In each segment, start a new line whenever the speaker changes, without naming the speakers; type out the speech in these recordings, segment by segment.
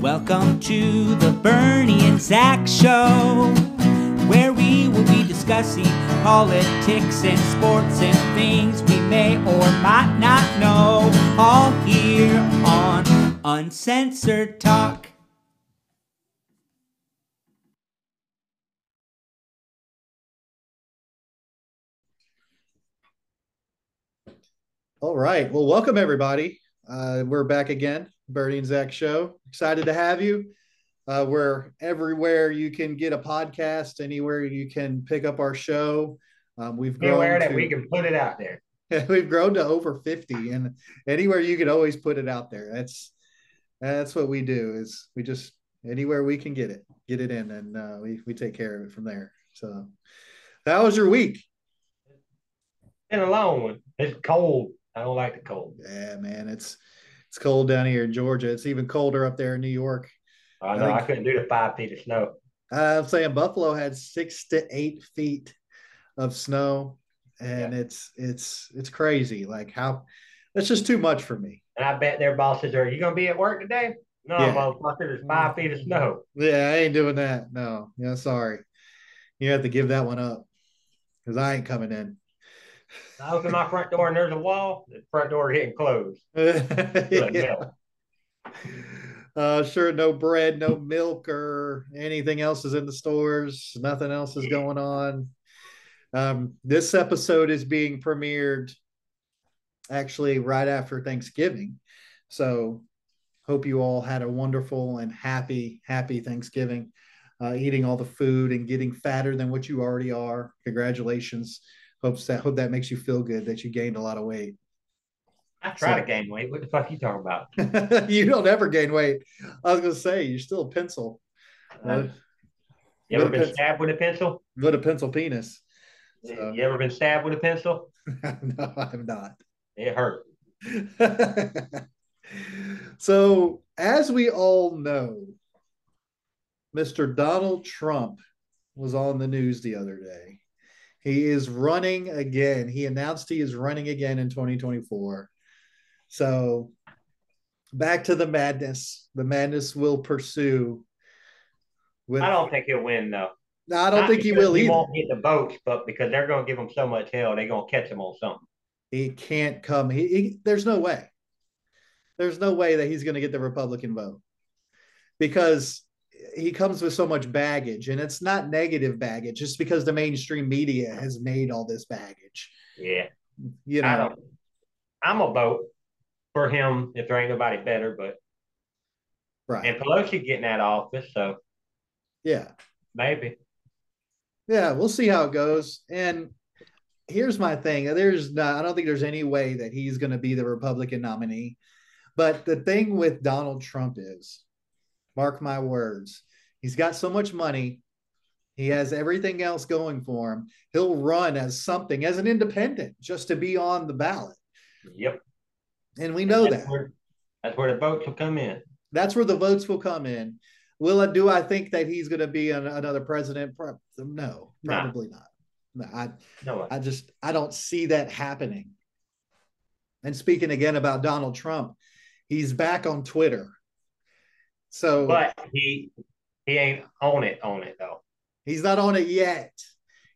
Welcome to the Bernie and Zach Show, where we will be discussing politics and sports and things we may or might not know, all here on Uncensored Talk.
All right. Well, welcome everybody. Uh, we're back again, Bernie and Zach Show. Excited to have you. Uh, we're everywhere you can get a podcast, anywhere you can pick up our show. Um, we've grown
anywhere that
to-
we can put it out there.
we've grown to over 50 and anywhere you can always put it out there that's that's what we do is we just anywhere we can get it get it in and uh, we, we take care of it from there so that was your week
And a long one. It's cold. I don't like the cold.
yeah man it's it's cold down here in georgia it's even colder up there in new york
I know
I
I,
think-
couldn't do the five feet of snow.
uh, i'm saying buffalo had six to eight feet of snow and it's it's it's crazy like how that's just too much for me
And I bet their bosses are, you going to be at work today? No,
Yeah.
motherfucker, there's five feet of snow.
Yeah, I ain't doing that. No, no, sorry. You have to give that one up because I ain't coming in.
I open my front door and there's a wall. The front door getting closed. Good
Yeah.
hell.
Uh, sure, no bread, no milk, or anything else is in the stores. Nothing else is going on. Um, this episode is being premiered actually right after Thanksgiving. So, hope you all had a wonderful and happy, happy Thanksgiving, uh, eating all the food and getting fatter than what you already are. Congratulations. Hopes that hope that makes you feel good that you gained a lot of weight.
I try to gain weight. What the fuck you talking about?
you don't ever gain weight. I was gonna say you're still a pencil.
Uh,
Uh,
you ever
with a
been
pencil.
stabbed with a pencil?
What a pencil penis. So-
You ever been stabbed with a pencil?
no, I'm not.
It hurt.
so, as we all know, Mr. Donald Trump was on the news the other day. He is running again. He announced he is running again in 2024. So, back to the madness. The madness will pursue. With,
I don't think he'll win though.
No, I don't think he will
He
either.
won't get the votes, but because they're going to give him so much hell, they're going to catch him on something.
he can't come. He, he there's no way. There's no way that he's going to get the Republican vote because he comes with so much baggage, and it's not negative baggage. It's because the mainstream media has made all this baggage.
Yeah.
You
I
know,
don't. I'm a vote for him if there ain't nobody better. But
right?
and Pelosi getting out of office, so
yeah,
maybe
yeah. We'll see how it goes. And here's my thing: there's not. I don't think there's any way that he's going to be the Republican nominee. But the thing with Donald Trump is, mark my words, he's got so much money. He has everything else going for him. He'll run as something, as an independent, just to be on the ballot.
yep.
And we know
that's
that.
Where, that's where the votes will come in.
That's where the votes will come in. Will I do I think that he's going to be an, another president? Prob- No,
Nah.
probably not. No, I,
No,
I just I don't see that happening. And speaking again about Donald Trump, he's back on Twitter. So
but he he ain't on it on it though.
he's not on it yet.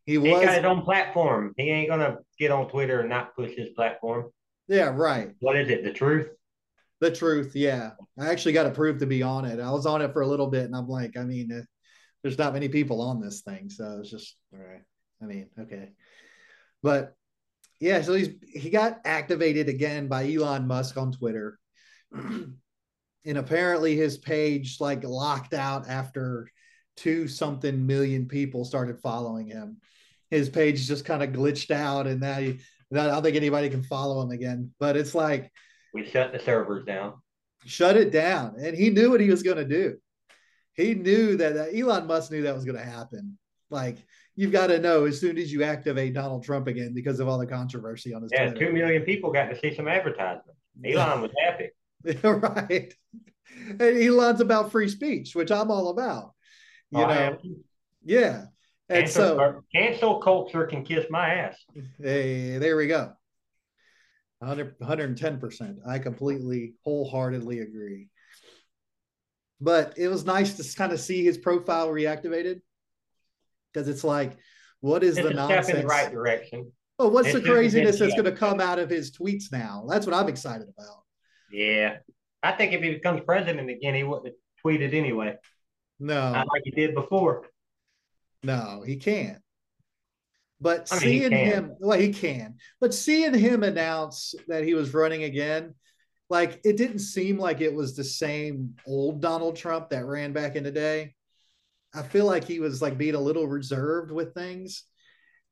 He
He
was
got his own platform. He ain't gonna get on Twitter and not push his platform.
yeah, right.
What is it? The truth?
The truth, yeah. I actually got approved to be on it. I was on it for a little bit and I'm like, I mean, uh, there's not many people on this thing, so it's just all right. I mean, okay. But yeah, so he's he got activated again by Elon Musk on Twitter. and apparently his page like locked out after two something million people started following him. His page just kind of glitched out and now he, I don't think anybody can follow him again. But it's like
We shut the servers down.
shut it down. And he knew what he was going to do. He knew that, that Elon Musk knew that was going to happen. Like you've got to know as soon as you activate Donald Trump again because of all the controversy on his
Yeah,
Twitter.
two million people got to see some advertisement. Elon was happy.
right. And Elon's about free speech, which I'm all about. You
Oh,
know,
I am.
yeah. And
cancel,
so
cancel culture can kiss my ass.
Hey, there we go. 100, 110%. I completely wholeheartedly agree. But it was nice to kind of see his profile reactivated because it's like, what is
It's
the
a step in the
nonsense?
right direction.
Oh, what's
It's
the
just a good
craziness that's
step.
going to come out of his tweets now? That's what I'm excited about.
Yeah. I think if he becomes president again, he wouldn't have tweeted anyway,
No,
not
Oh.
like he did before.
no, he can't. But
I mean, he
seeing
can.
him, well, he can. But seeing him announce that he was running again, like it didn't seem like it was the same old Donald Trump that ran back in the day. I feel like he was like being a little reserved with things,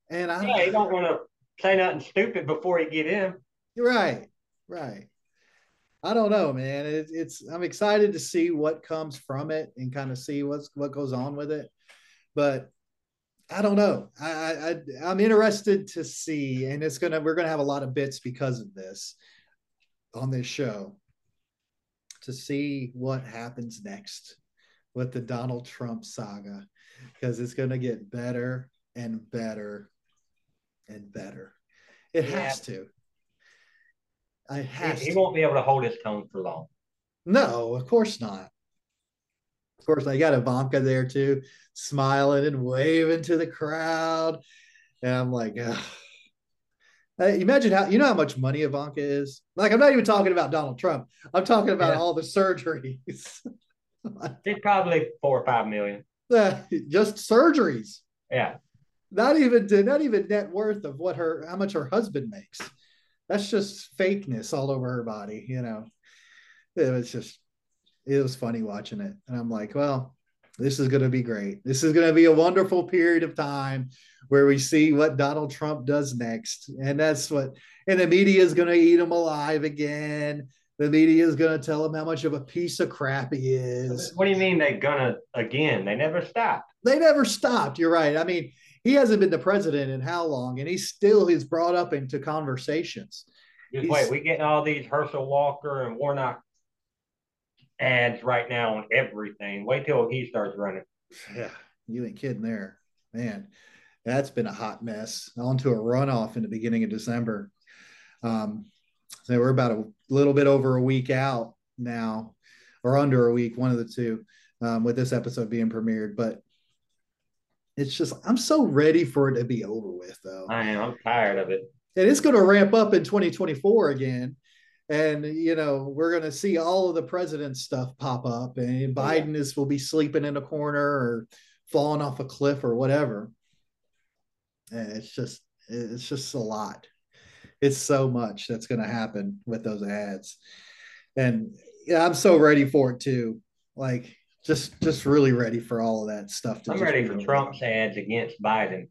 and I
Yeah, he don't want to say nothing stupid before he get in.
Right, right. I don't know, man. It, it's I'm excited to see what comes from it and kind of see what's what goes on with it, but I don't know. I, I, I I'm interested to see, and it's gonna we're gonna have a lot of bits because of this on this show to see what happens next with the Donald Trump saga because it's gonna get better and better and better. It
Yeah.
has to. It has
He, he
to.
won't be able to hold his tone for long.
No, of course not. Of course, I got Ivanka there too, smiling and waving to the crowd, and I'm like, ugh. Uh, imagine how you know how much money Ivanka is. Like, I'm not even talking about Donald Trump. I'm talking about
Yeah.
all the surgeries,
It's probably four or five million.
just surgeries.
Yeah.
Not even not even net worth of what her how much her husband makes. That's just fakeness all over her body. You know, it was just it was funny watching it, and I'm like, well, this is going to be great. This is going to be a wonderful period of time where we see what Donald Trump does next, and that's what and the media is going to eat him alive again. The media is going to tell him how much of a piece of crap he is
What do you mean they gonna again? They never stop.
they never stopped. You're right. I mean, he hasn't been the president in how long, and he still is brought up into conversations.
Just
He's-
wait, we getting all these Herschel Walker and Warnock ads right now on everything. Wait till he starts running.
Yeah, you ain't kidding there, man. That's been a hot mess. On to a runoff in the beginning of December. Um, so we're about a little bit over a week out now, or under a week, one of the two, um, with this episode being premiered. But it's just I'm so ready for it to be over with, though.
I am. I'm tired of it.
and it's going to ramp up in 2024 again and you know we're going to see all of the president's stuff pop up and biden is will be sleeping in a corner or falling off a cliff or whatever and it's just it's just a lot it's so much that's going to happen with those ads and yeah i'm so ready for it too like just just really ready for all of that stuff to
I'm
just
ready
be
for
over.
Trump's ads against Biden.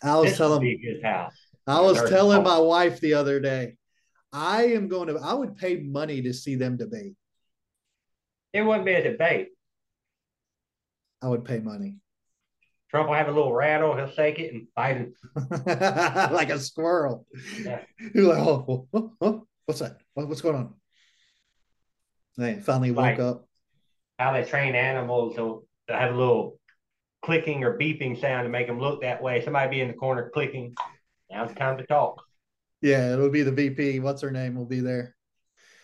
i was
This will
telling
be his house.
I was
Very
telling my
small.
wife the other day, I am going to, I would pay money to see them debate.
It wouldn't be a debate.
I would pay money
Trump will have a little rattle. He'll shake it, and Biden.
like a squirrel.
Yeah.
You're like, oh, oh, oh, what's that? What, what's going on? They finally woke
Like-
up.
How they train animals to to have a little clicking or beeping sound to make them look that way. Somebody be in the corner clicking. Now it's time to talk.
Yeah, it'll be the VP. What's her name? Will be there.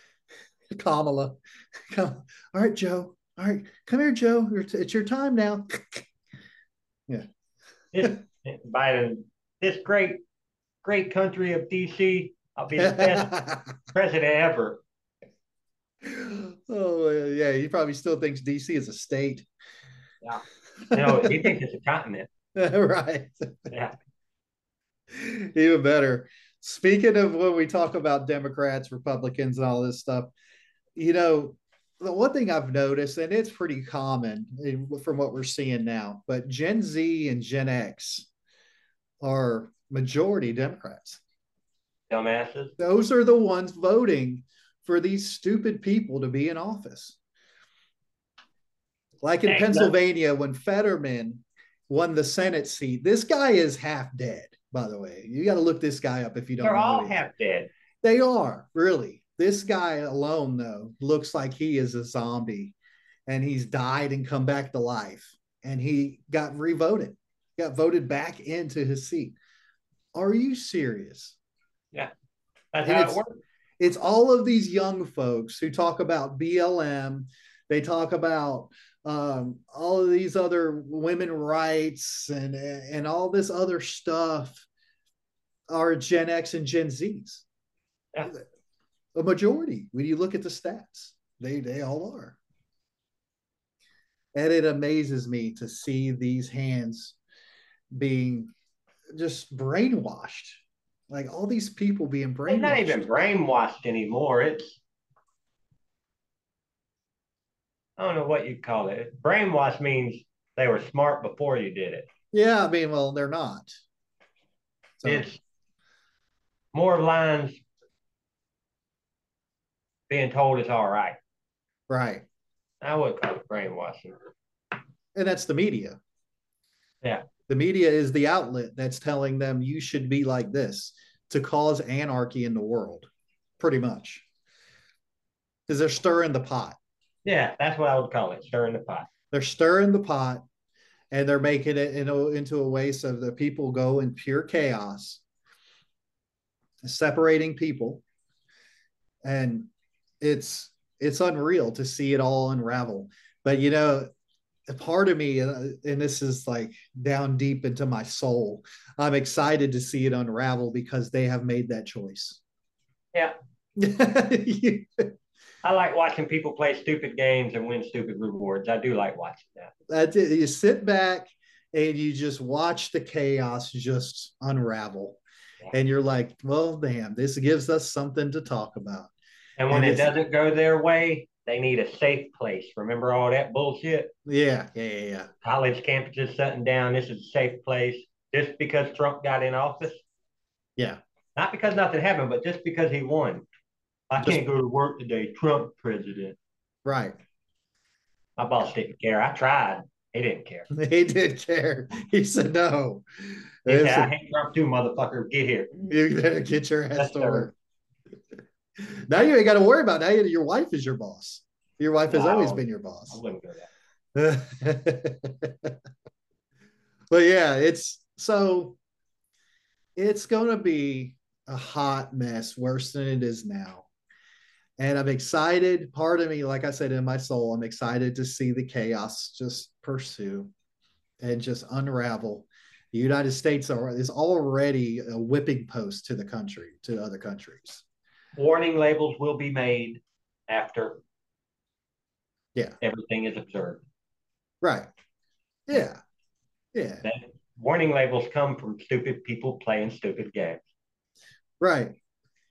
Kamala. Come. All right, Joe. All right, come here, Joe. Your- It's your time now.
This Biden, this great, great country of DC. I'll be the best president ever.
oh yeah, he probably still thinks DC is a state.
Yeah. No, he thinks it's a continent.
right.
Yeah.
Even better. Speaking of when we talk about Democrats, Republicans, and all this stuff, you know, the one thing I've noticed, and it's pretty common eh, from what we're seeing now, but Gen Z and Gen X are majority Democrats.
Dumbasses.
Those are the ones voting for these stupid people to be in office. Like in
Hey, look.
Pennsylvania, when Fetterman won the Senate seat, this guy is half dead, by the way. You got to look this guy up if you don't
They're
know
all
him.
half dead.
They are, really. This guy alone, though, looks like he is a zombie and he's died and come back to life. And he got revoted, got voted back into his seat. Are you serious?
That's
And
how it
it's-
works.
it's all of these young folks who talk about BLM They talk about um, all of these other women rights and and all this other stuff are Gen X and Gen Zs.
Yeah.
A majority, when you look at the stats, they they all are. And it amazes me to see these hands being just brainwashed. Like all these people being brainwashed.
It's not even brainwashed anymore. It's I don't know what you'd call it. Brainwash means they were smart before you did it.
Yeah, I mean, well, they're not. So,
It's more lines being told it's all right.
right.
I would call it brainwashing.
And that's the media.
Yeah.
The media is the outlet that's telling them you should be like this to cause anarchy in the world, pretty much. Because they're stirring the pot.
Yeah, that's what I would call it. Stirring the pot.
They're stirring the pot and they're making it in a, into a way so that people go in pure chaos, separating people. And it's it's unreal to see it all unravel. But you know, a part of me, uh, and this is like down deep into my soul, I'm excited to see it unravel because they have made that choice.
Yeah.
You-
I like watching people play stupid games and win stupid rewards. I do like watching that.
That's it. You sit back and you just watch the chaos just unravel. And you're like, well, damn, this gives us something to talk about.
And when
And
it
it's-
doesn't go their way, they need a safe place. Remember all that bullshit?
Yeah, yeah, yeah, yeah.
College campuses shutting down. This is a safe place. Just because Trump got in office.
Yeah.
Not because nothing happened, but just because he won. I
Just-
can't go to work today. Trump president.
Right.
My boss didn't care. I tried. He didn't care.
He did care. He said no.
He said,
It's
I
a-
hate Trump too, motherfucker. Get here.
you better get your ass
That's
to
fair.
work. Now you ain't got to worry about it. now. you- Your wife is your boss. Your wife has always
Wow.
been your
I
boss.
wouldn't go that.
but yeah, it's so it's going to be a hot mess worse than it is now. And I'm excited. Part of me, like I said, in my soul, I'm excited to see the chaos just pursue and just unravel. The United States are, is already a whipping post to the country, to other countries.
Warning labels will be made after
Yeah.
everything is observed.
Right. Yeah. Yeah.
warning labels come from stupid people playing stupid games.
Right.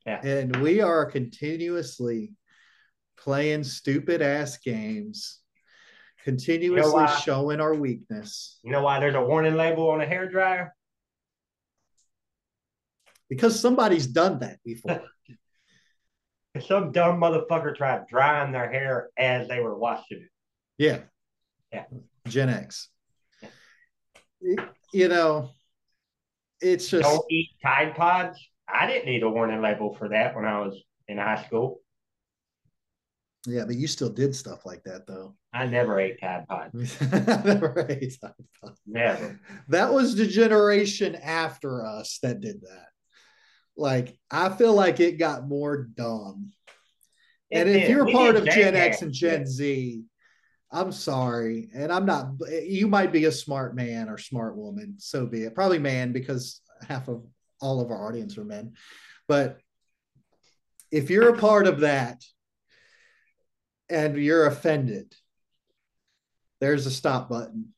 Yeah.
And we are continuously playing stupid ass games, continuously
why?
showing our weakness
You know why there's a warning label on a hairdryer?
because somebody's done that before.
Because some dumb motherfucker tried drying their hair as they were washing it.
yeah.
Yeah.
Gen X.
Yeah.
Y- You know, it's just
Don't eat Tide Pods. I didn't need a warning label for that when I was in high school.
yeah, but you still did stuff like that though.
I never ate Tide Pods.
Right.
Never.
that was the generation after us that did that. Like, I feel like it got more dumb. And
It
if
did.
you're
We
part of
did
Gen
that.
X and Gen Z, I'm sorry. And I'm not, you might be a smart man or smart woman. So be it. Probably man, because half of all of our audience are men. But if you're a part of that and you're offended, there's a stop button.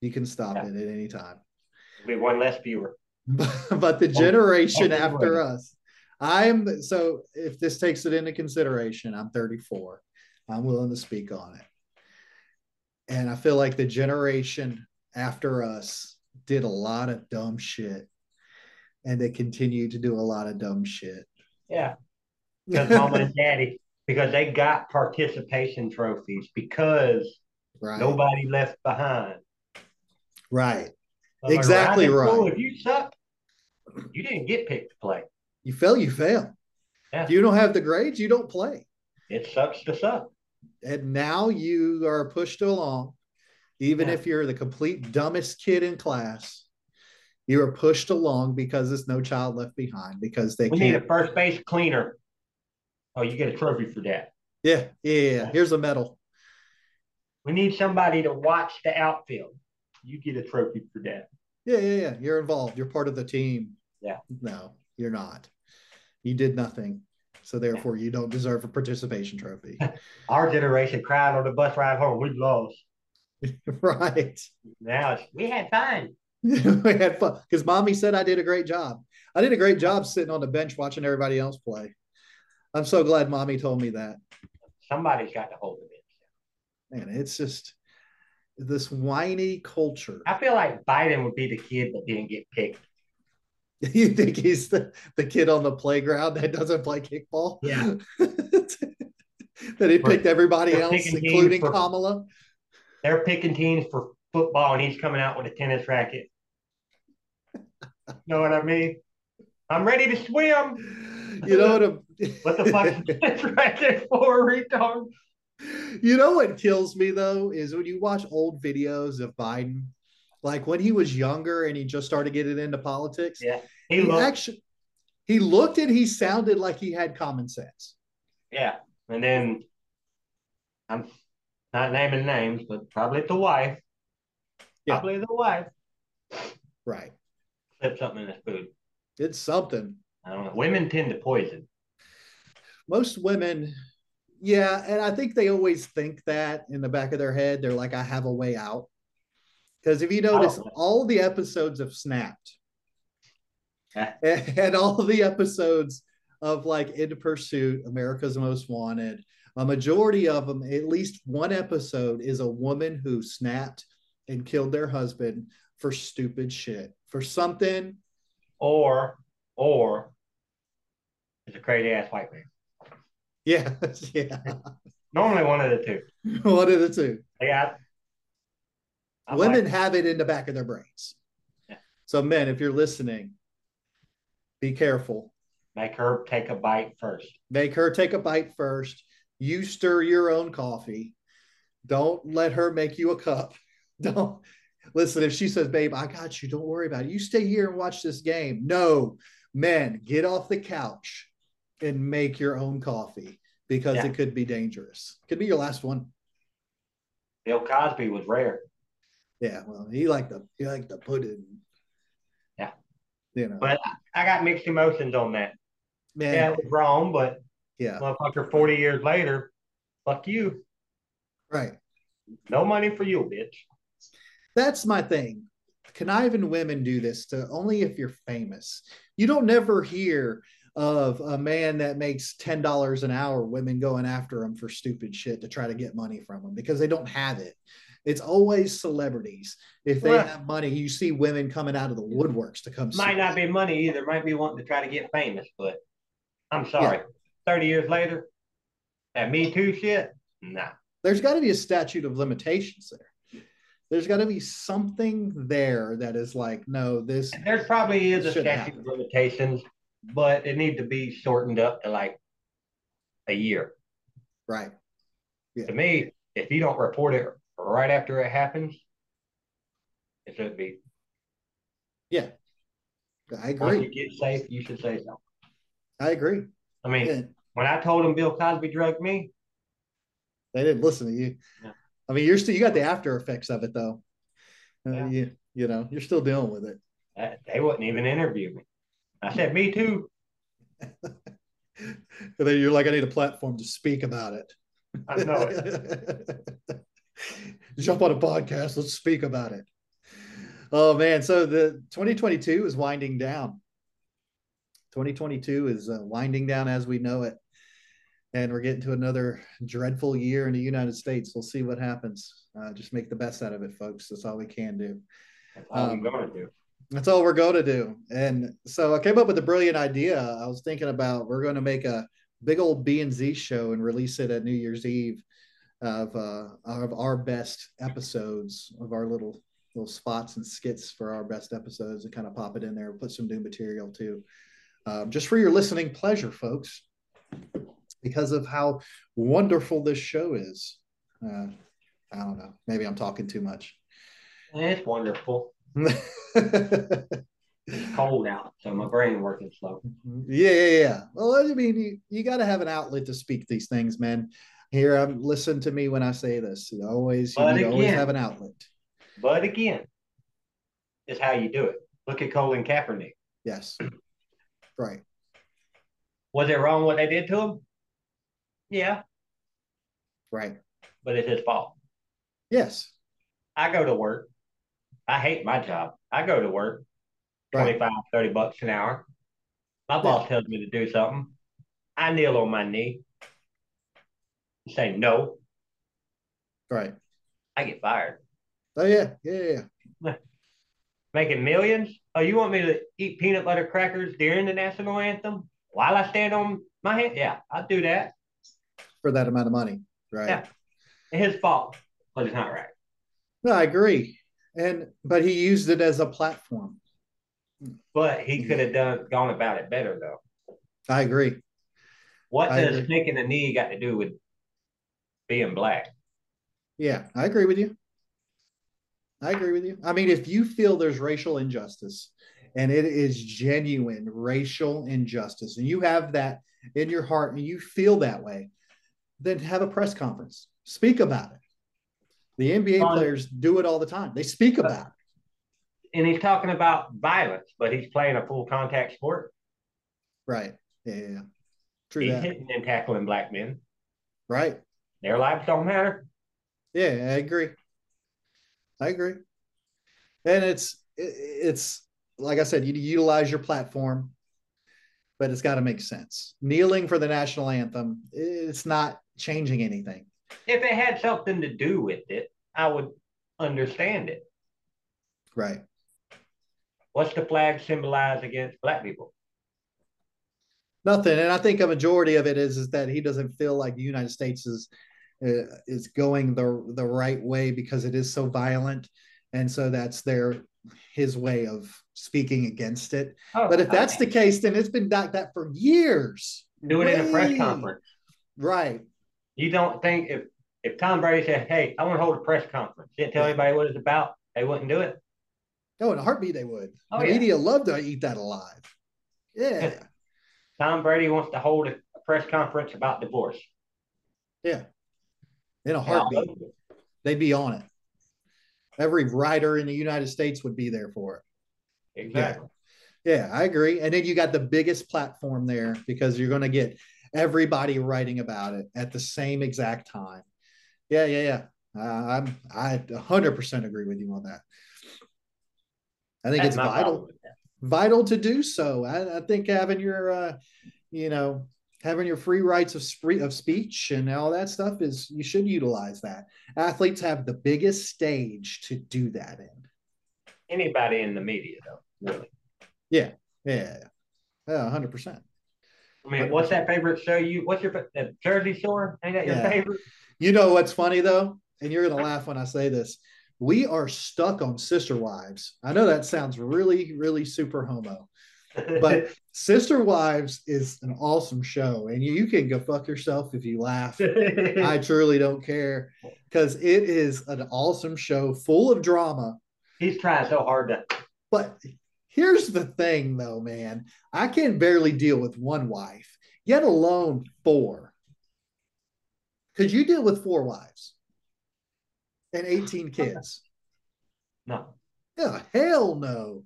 You can stop
Yeah.
it at any time.
We had one less viewer.
but the generation
Oh, good
after
one.
us i'm so if this takes it into consideration i'm 34 i'm willing to speak on it and i feel like the generation after us did a lot of dumb shit and they continue to do a lot of dumb shit
Yeah. Because mama and daddy, because they got participation trophies because
right
nobody left behind.
right
I'm like,
Exactly
"Well, I didn't know
right.
If you suck, you didn't get picked to play.
you fail you fail
Yeah.
if you don't have the grades you don't play
It sucks to suck.
and now you are pushed along even
Yeah.
if you're the complete dumbest kid in class you are pushed along because there's no child left behind because they
We need
can't
a first base cleaner. Oh, you get a trophy for that.
yeah, yeah yeah here's a medal
We need somebody to watch the outfield. You get a trophy for that.
Yeah, yeah, yeah. You're involved. You're part of the team.
Yeah.
No, you're not. You did nothing. So therefore you don't deserve a participation trophy.
Our generation cried on the bus ride home. We lost.
right.
Now it's, we had fun.
we had fun. Because mommy said I did a great job. I did a great job sitting on the bench watching everybody else play. I'm so glad mommy told me that.
Somebody's got to hold of it.
Man, it's just this whiny culture.
I feel like Biden would be the kid that didn't get picked.
You think he's the, the kid on the playground that doesn't play kickball?
Yeah.
that he picked everybody
We're
else,
picking teams
including
for-
Kamala.
They're picking teams for football, and he's coming out with a tennis racket. know what I mean? I'm ready to swim.
You know what? a-
What the fuck is this racket for, retard?
you know what kills me though is when you watch old videos of Biden, like when he was younger and he just started getting into politics.
Yeah. He
He,
looked,
actually he looked and he sounded like he had common sense.
yeah. And then I'm not naming names, but probably the wife.
Yeah.
Probably the wife
Right.
slipped something in his food.
It's something.
I don't know. Women tend to poison.
most women yeah and i think they always think that in the back of their head they're like i have a way out because if you notice
Oh.
all the episodes have snapped
Yeah.
and, and all the episodes of like in pursuit america's most wanted a majority of them at least one episode is a woman who snapped and killed their husband for stupid shit for something
Or, or, it's a crazy ass white man.
yeah yeah
Normally one of the two.
one of the two
They got I'm like,
Women have it in the back of their brains.
Yeah.
So, men, if you're listening, be careful.
make her take a bite first.
Make her take a bite first. You stir your own coffee. Don't let her make you a cup. Don't listen. If she says, Babe, I got you. Don't worry about it. You stay here and watch this game. No, men, get off the couch and make your own coffee because
Yeah.
it could be dangerous. Could be your last one.
Bill Cosby was rare,
Yeah. Well, he liked the he liked the pudding.
Yeah.
You know,
but I got mixed emotions on that.
man.
Yeah, it was wrong, but
yeah.
motherfucker, forty years later, fuck you.
Right.
No money for you, bitch.
That's my thing. Conniving women do this to only if you're famous. You don't never hear of a man that makes ten dollars an hour, women going after him for stupid shit to try to get money from him because they don't have it. It's always celebrities. If they
Right.
have money, you see women coming out of the woodworks to come.
Might
see
not be money either. Might be wanting to try to get famous, but I'm sorry. Thirty years later, that Me Too shit. Nah,
there's got to be a statute of limitations there. There's got to be something there that is like, no, this
there probably is a
Shouldn't
statute of
happen.
limitations, but it need to be shortened up to like a year.
right.
to me, if you don't report it right after it happens, it should be.
I
Once you
agree.
get safe, you should say so.
I agree.
I mean,
Yeah.
when I told him Bill Cosby drugged me,
they didn't listen to you.
Yeah.
I mean, you're still you got the after effects of it though. I mean,
Yeah.
you you know you're still dealing with it.
uh, they wouldn't even interview me. I said, "Me too."
And then you're like, I need a platform to speak about it.
I know it.
Jump on a podcast. Let's speak about it. Oh man, so the 2022 is winding down. 2022 is uh, winding down as we know it, and we're getting to another dreadful year in the United States. We'll see what happens. Uh, just make the best out of it, folks. That's all we can do.
That's all I'm
Um,
gonna do.
That's all we're going to do. And so I came up with a brilliant idea. I was thinking about we're going to make a big old B and Z show and release it at New Year's Eve of uh, of our best episodes of our little little spots and skits for our best episodes and kind of pop it in there. Put some new material too, um, just for your listening pleasure, folks. Because of how wonderful this show is, uh, I don't know. Maybe I'm talking too much.
And It's wonderful. It's cold out, so my brain working slow.
Mm-hmm. Yeah, yeah, yeah. Well, I mean, you, you got to have an outlet to speak these things, man. Here, I'm listen to me when I say this. You always, you
But
need to always
again-
have an outlet.
But again, it's how you do it. Look at Colin Kaepernick.
Yes, right.
Was it wrong what they did to him? Yeah,
Right.
but it's his fault.
Yes.
I go to work. I hate my job. I go to work
Right.
25, 30 bucks an hour. My boss tells me to do something. I kneel on my knee and say no.
Right.
I get fired.
Oh yeah. Yeah. yeah, Yeah.
Making millions? Oh, you want me to eat peanut butter crackers during the national anthem while I stand on my head? Yeah, I'll do that.
For that amount of money. Right.
Yeah. It's his fault, but it's not right.
No, I agree. And but he used it as a platform.
But
Mm-hmm.
he could have done gone about it better though.
I agree.
What
I
does
agree.
taking a knee got to do with being black?
Yeah, I agree with you. I agree with you. I mean, if you feel there's racial injustice and it is genuine racial injustice and you have that in your heart and you feel that way, then have a press conference. Speak about it. The NBA
Fine.
players do it all the time. They speak about it.
And he's talking about violence, but he's playing a full contact sport.
Right. Yeah. yeah, yeah. True
he's
that.
hitting and tackling black men.
Right.
Their lives don't matter.
Yeah, I agree. I agree. And it's it- it's like I said, you utilize your platform, but it's got to make sense. Kneeling for the national anthem, it's not changing anything.
If it had something to do with it, I would understand it.
Right.
What's the flag symbolize against black people?
Nothing. And I think a majority of it is is that he doesn't feel like the United States is uh, is going the the right way because it is so violent, and so that's their his way of speaking against it.
Oh,
But if
I
that's the
mean,
case, then it's been like that for years.
do it in a press
way.
conference.
Right.
You don't think if if Tom Brady said, "Hey, I want to hold a press conference," didn't tell anybody what it's about, they wouldn't do it.
No, in a heartbeat they would.
Oh,
the
yeah.
media love to eat that alive. Yeah.
Tom Brady wants to hold a press conference about divorce.
Yeah. In a heartbeat. They'd be on it. Every writer in the United States would be there for it.
Exactly.
Yeah, I agree. And then you got the biggest platform there because you're going to get everybody writing about it at the same exact time. Yeah, yeah, yeah. Uh, I'm I 100% agree with you on that. I think
That's
it's
my
vital.
problem with that.
vital to do so. I, I think having your, uh, you know, having your free rights of spree- of speech and all that stuff is you should utilize that. Athletes have the biggest stage to do that in.
Anybody in the media, though, really.
Yeah, yeah, hundred percent.
I mean, what's that favorite show? You what's your fa- the Jersey Shore? Ain't that your
Yeah.
favorite?
You know what's funny though, and you're gonna laugh when I say this. We are stuck on sister wives. I know that sounds really, really super homo, but Sister Wives is an awesome show, and you, you can go fuck yourself if you laugh. I truly don't care because it is an awesome show full of drama.
he's trying so hard to.
But here's the thing, though, man, I can barely deal with one wife, yet alone four. Because you deal with four wives and 18 kids.
No,
Yeah, hell no.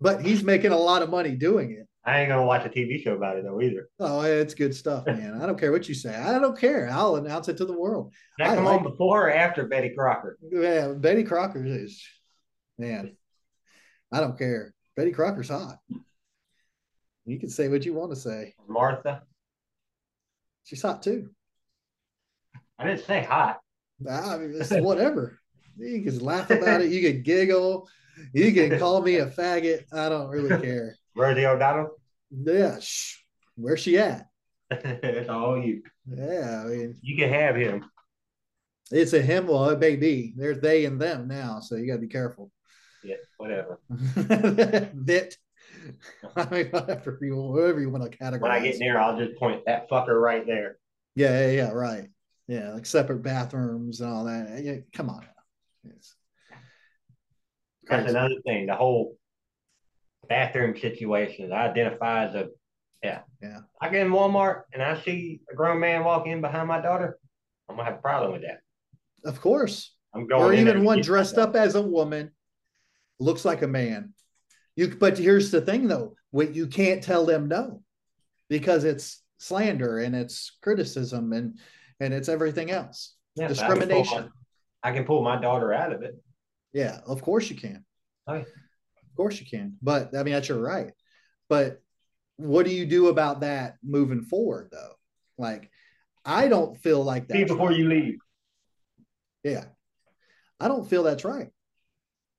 But he's making a lot of money doing it.
I ain't gonna watch a TV show about it though either.
Oh, it's good stuff, man. I don't care what you say. I don't care. I'll announce it to the world.
That
I
come
like
on before or after Betty Crocker?
Yeah, Betty Crocker is man. I don't care. Betty Crocker's hot. You can say what you want to say.
Martha.
She's hot too.
I didn't say hot.
I mean, it's whatever. You can laugh about it. You can giggle. You can call me a faggot. I don't really care.
Rosie O'Donnell.
Yeah. Shh. Where's she at?
it's all you.
Yeah. I mean,
You can have him.
it's a him. Well, it may be. There's they and them now. So you got to be careful.
Yeah, whatever.
Bit. I mean, whatever you, whatever you want to categorize.
When I get near, I'll just point that fucker right there.
Yeah, yeah, yeah, right. Yeah, like separate bathrooms and all that. Yeah, come on. now. It's
That's
crazy.
another thing. The whole bathroom situation. I identify as a I get in Walmart and I see a grown man walk in behind my daughter, I'm gonna have a problem with that.
Of course.
I'm going.
or
in there
even
to
one
get my
dressed
daughter.
up as a woman, looks like a man. You but here's the thing though, what you can't tell them no because it's slander and it's criticism and and it's everything else.
Yeah, but I can pull my-
discrimination.
I can pull my daughter out of it.
Yeah, of course you can.
Oh, yeah.
Of course you can. But I mean, that's your right. But what do you do about that moving forward, though? Like, I don't feel like that.
See before you leave.
Yeah. I don't feel that's right.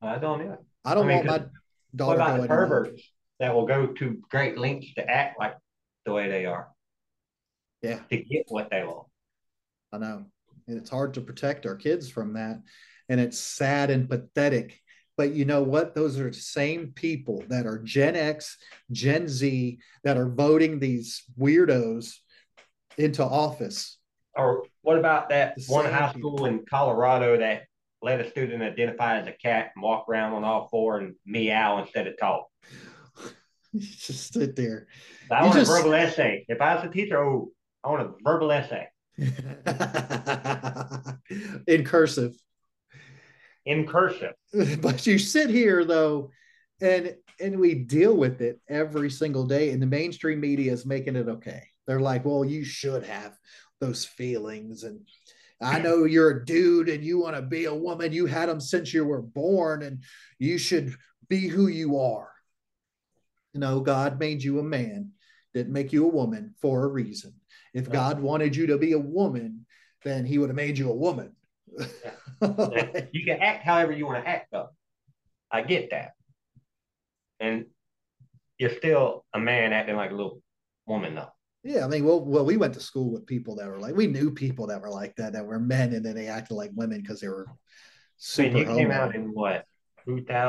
I don't know.
I don't
I mean,
want my
'cause What
daughter
about the
going. in there.
perverts that will go to great lengths to act like the way they are
Yeah,
to get what they want?
I know. And it's hard to protect our kids from that. And it's sad and pathetic. But you know what? Those are the same people that are Gen X, Gen Z, that are voting these weirdos into office.
Or what about that
The
one
same
high
people.
school in Colorado that let a student identify as a cat and walk around on all four and meow instead of talk?
just sit there.
I
You
want
just-
a verbal essay. If I was a teacher, oh, I want a verbal essay
In cursive.
in cursive.
But you sit here though, and and we deal with it every single day. And the mainstream media is making it okay. They're like, well, you should have those feelings. And I know you're a dude and you want to be a woman. You had them since you were born, and you should be who you are. No, God made you a man, didn't make you a woman for a reason. If
Right.
God wanted you to be a woman, then he would have made you a woman. Like,
you can act however you want to act, though. I get that. And you're still a man acting like a little woman, though.
yeah, I mean, well, well, we went to school with people that were like, we knew people that were like that, that were men, and then they acted like women because they were
I mean,
super
you came
homo.
out in what,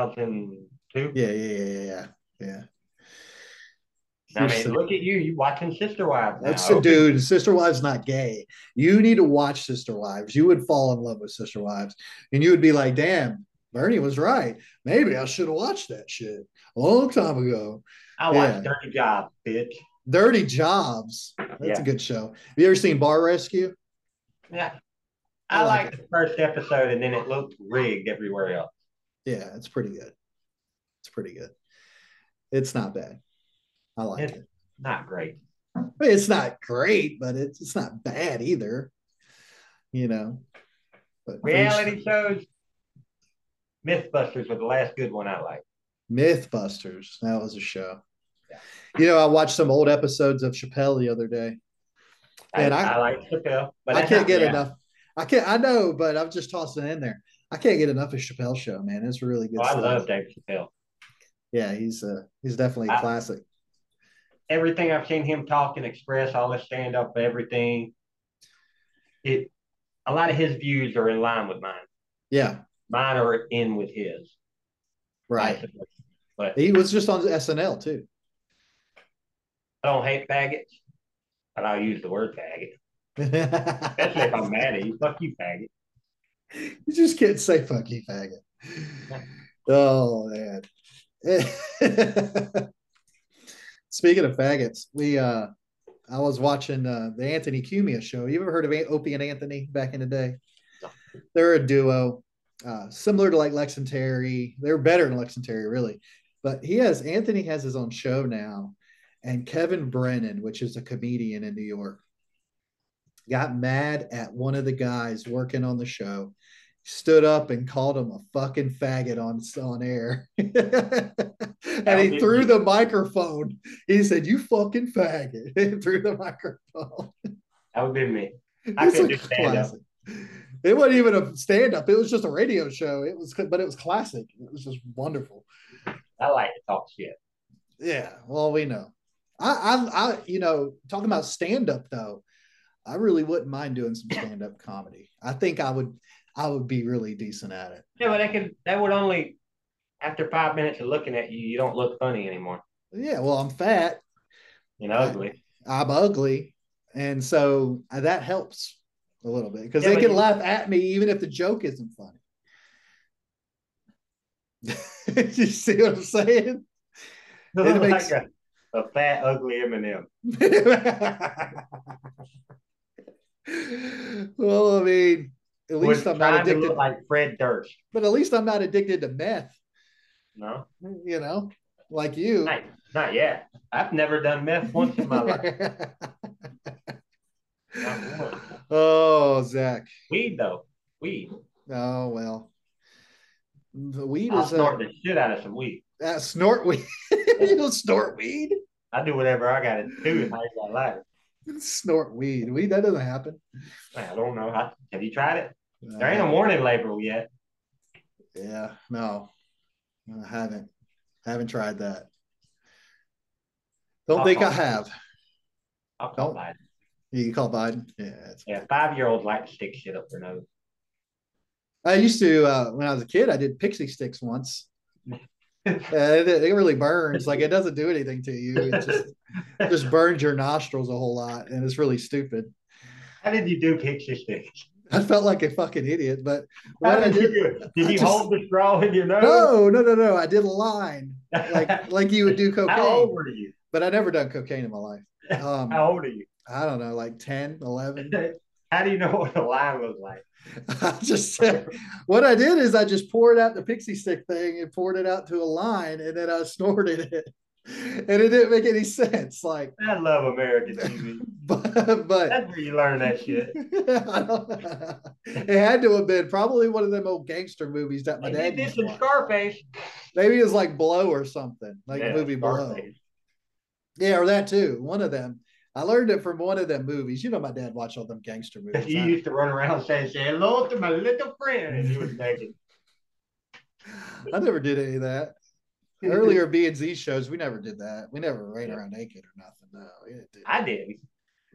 2002?
yeah, yeah, yeah, yeah, yeah, yeah.
I
You're
mean,
so-
look at you. You watching Sister Wives now.
That's the dude. Sister Wives not gay. You need to watch Sister Wives. You would fall in love with Sister Wives, and you would be like, "Damn, Bernie was right. Maybe I should have watched that shit a long time ago."
I watched Dirty Job, bitch.
Dirty Jobs. That's
Yeah.
a good show. Have you ever seen Bar Rescue?
Yeah. I
I like
liked the first episode, and then it looked rigged everywhere else.
Yeah, it's pretty good. It's pretty good. It's not bad. I like
It's-
it.
Not great.
I mean, it's not great, but it's it's not bad either. You know. But
Reality shows. Mythbusters was the last good one I liked.
Mythbusters. That was a show.
Yeah.
You know, I watched some old episodes of Chappelle the other day.
I,
And I-
I liked Chappelle, but
I
that's
can't
not
get
reality.
enough. I can't. I know, but I'm just tossing it in there. I can't get enough of Chappelle show, man. It's really good
Oh, I
stuff.
love Dave Chappelle.
Yeah, he's uh he's definitely a
I-
classic.
Everything I've seen him talk and express, all his stand up, everything. It, a lot of his views are in line with mine.
Yeah,
Mine are in with his.
right.
But
He was just on SNL too.
I don't hate faggots, but I'll use the word faggot, especially if
you
I'm mad at you. Fuck you, faggot.
just can't say fuck you, faggot. Oh man. Speaking of faggots, we uh I was watching uh, the Anthony Cumia show. You ever heard of An- Opie and Anthony back in the day?
No.
They're a duo, uh, similar to like Lex and Terry. They're better than Lex and Terry, really. But he has Anthony has his own show now, and Kevin Brennan, which is a comedian in New York, got mad at one of the guys working on the show, stood up and called him a fucking faggot on on air, and he
did
threw
he?
the microphone. He said, "You fucking faggot," and threw the microphone.
That would be me. I
It's
couldn't
a
do stand up.
classic. It wasn't even a stand up. It was just a radio show. It was, but it was classic. It was just wonderful.
I like to talk shit.
Yeah. Well, we know. I, I, I you know, talking about stand up though, I really wouldn't mind doing some stand up comedy. I think I would, I would be really decent at it.
Yeah, but that could that would only after five minutes of looking at you, you don't look funny anymore.
Yeah. Well, I'm fat.
You know, ugly.
I'm ugly, and so uh, that helps a little bit because
Yeah,
they
but
can
you-
laugh at me even if the joke isn't funny. you see what I'm saying? It
Like
makes-
a- A fat, ugly Eminem.
well, I mean, at
Would
least I'm not
trying to
addicted.
look like Fred Durst.
but at least I'm not addicted to meth.
No,
You know, like you.
not, not yet. I've never done meth once in my life. Not once.
oh, Zach.
Weed though, weed.
Oh well. The weed
I
is
snort
a,
the shit out of some weed.
uh, snort weed. you don't snort weed.
I do whatever I got to do if I got life.
Snort weed. Weed that doesn't happen.
I don't know. I, have you tried it? There ain't a
Uh-huh.
warning label yet.
Yeah, no, I haven't. I haven't tried that. Don't think I
Uh-oh.
have.
I'll call
Don't-
Biden.
You call Biden? Yeah. It's,
Yeah, five year olds like to stick shit up their nose.
I used to uh, when I was a kid. I did pixie sticks once. Uh, it, it really burns. Like it doesn't do anything to you. It just it just burns your nostrils a whole lot, and it's really stupid.
How did you do pixie sticks?
I felt like a fucking idiot, but
How
what I
did you
did.
do it? Did
I
you
just-
hold the straw in your nose?
No, no, no, no. I did a line like like you would do
How old
cocaine,
were you?
but I never done cocaine in my life. Um,
How old are you?
I don't know, like 10, 11.
How do you know what a line was like?
I just said, what I did is I just poured out the pixie stick thing and poured it out to a line and then I snorted it. And it didn't make any sense. Like,
I love American TV.
but, but
That's where you learn that shit.
I don't- it had to have been probably one of them old gangster movies that my
They
dad
did this
used to
in
watch.
Scarface.
Maybe it was like Blow or something, like the
Yeah,
movie Blow.
Scarface.
Yeah, or that too. One of them. I learned it from one of them movies. You know, my dad watched all them gangster movies.
You used to run around saying, say hello to my little friend. And he was naked.
I never did any of that. Earlier B and Z shows, we never did that. We never ran
Yeah.
around naked or nothing. No, we didn't do that.
I didn't.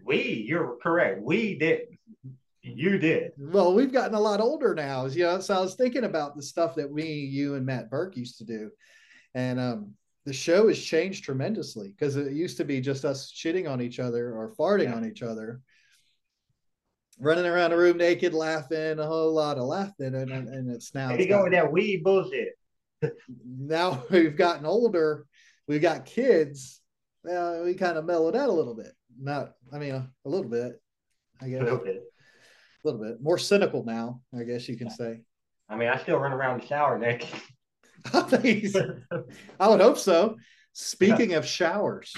We, you're correct. We didn't. You did.
well, we've gotten a lot older now. You know, so I was thinking about the stuff that we, you, and Matt Burke used to do, and um, the show has changed tremendously because it used to be just us shitting on each other or farting
Yeah.
on each other, running around the room naked, laughing, a whole lot of laughing, and, and, and it's now
There
it's
you go
gotten-
with that we bullshit.
now we've gotten older, we've got kids. Well, we kind of mellowed out a little bit. Not, I mean, a, a little bit, I guess, a little bit more cynical now. I guess you can say.
I mean, I still run around the shower naked.
I think- I would hope so. Speaking of showers,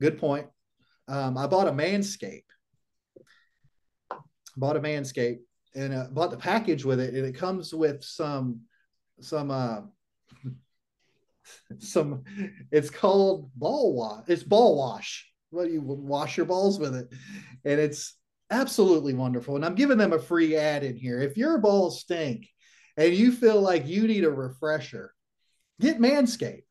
good point. Um, I bought a Manscape. Bought a Manscape and uh, bought the package with it, and it comes with some some uh, some. It's called ball wash. It's ball wash. Well, you wash your balls with it, and it's absolutely wonderful. And I'm giving them a free ad in here. If your balls stink and you feel like you need a refresher, get Manscaped.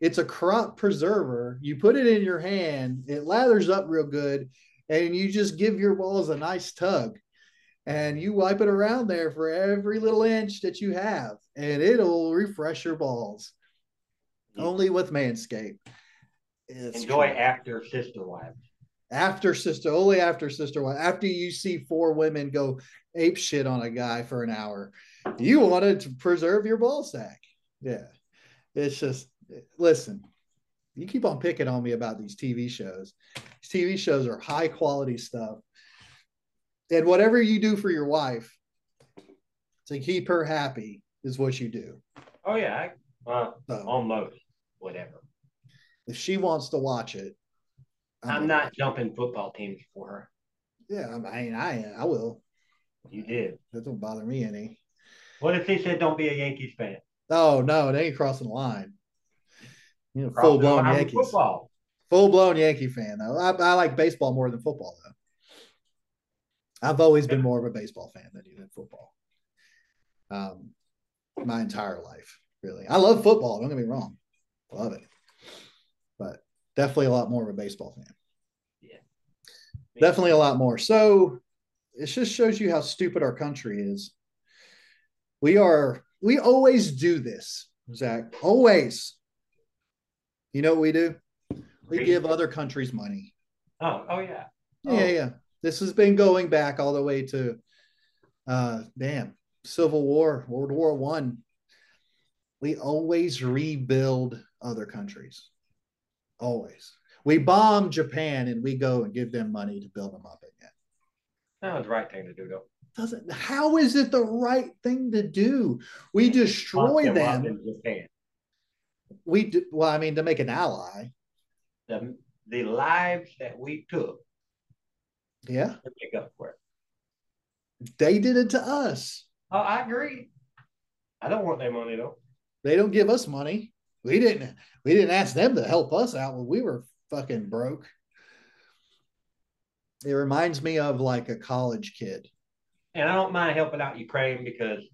It's a crop preserver. You put it in your hand, it lathers up real good, and you just give your balls a nice tug. And you wipe it around there for every little inch that you have, and it'll refresh your balls.
Yeah.
Only with Manscaped. It's
Enjoy
true.
after sister wives.
after sister, only after sister one. After you see four women go ape shit on a guy for an hour, you wanted to preserve your ball sack. Yeah, it's just listen. You keep on picking on me about these TV shows. These TV shows are high quality stuff, and whatever you do for your wife to keep her happy is what you do.
Oh yeah, I, uh,
So
almost whatever.
if she wants to watch it, Uh-huh.
I'm not jumping football teams for her.
Yeah, I mean, I I will.
You did.
That don't bother me any.
What if he said don't be a Yankees fan?
Oh no, they ain't crossing the line. You know,
Cross
full blown
the line with
Yankees.
Football.
Full blown Yankee fan though. I, I like baseball more than football though. I've always been more of a baseball fan than even football. Um, my entire life, really. I love football. Don't get me wrong, love it, but definitely a lot more of a baseball fan. Definitely a lot more. So it just shows you how stupid our country is. We are, we always do this, Zach. Always. You know what we do? We give other countries money.
Oh, oh yeah. Oh.
Yeah, yeah. This has been going back all the way to, uh, damn, Civil War, World War One. We always rebuild other countries. Always. We bomb Japan and we go and give them money to build them up again.
That was the right thing to do, though.
Doesn't how is it the right thing to do? We destroy
Lock up
them.
in Japan.
We do, well, I mean, to make an ally.
The, the lives that we took
Yeah.
to make up for it.
They did it to us.
Oh, I agree. I don't want their money, though.
They don't give us money. We didn't we didn't ask them to help us out when we were fucking broke. It reminds me of like a college kid.
And I don't mind helping out Ukraine because if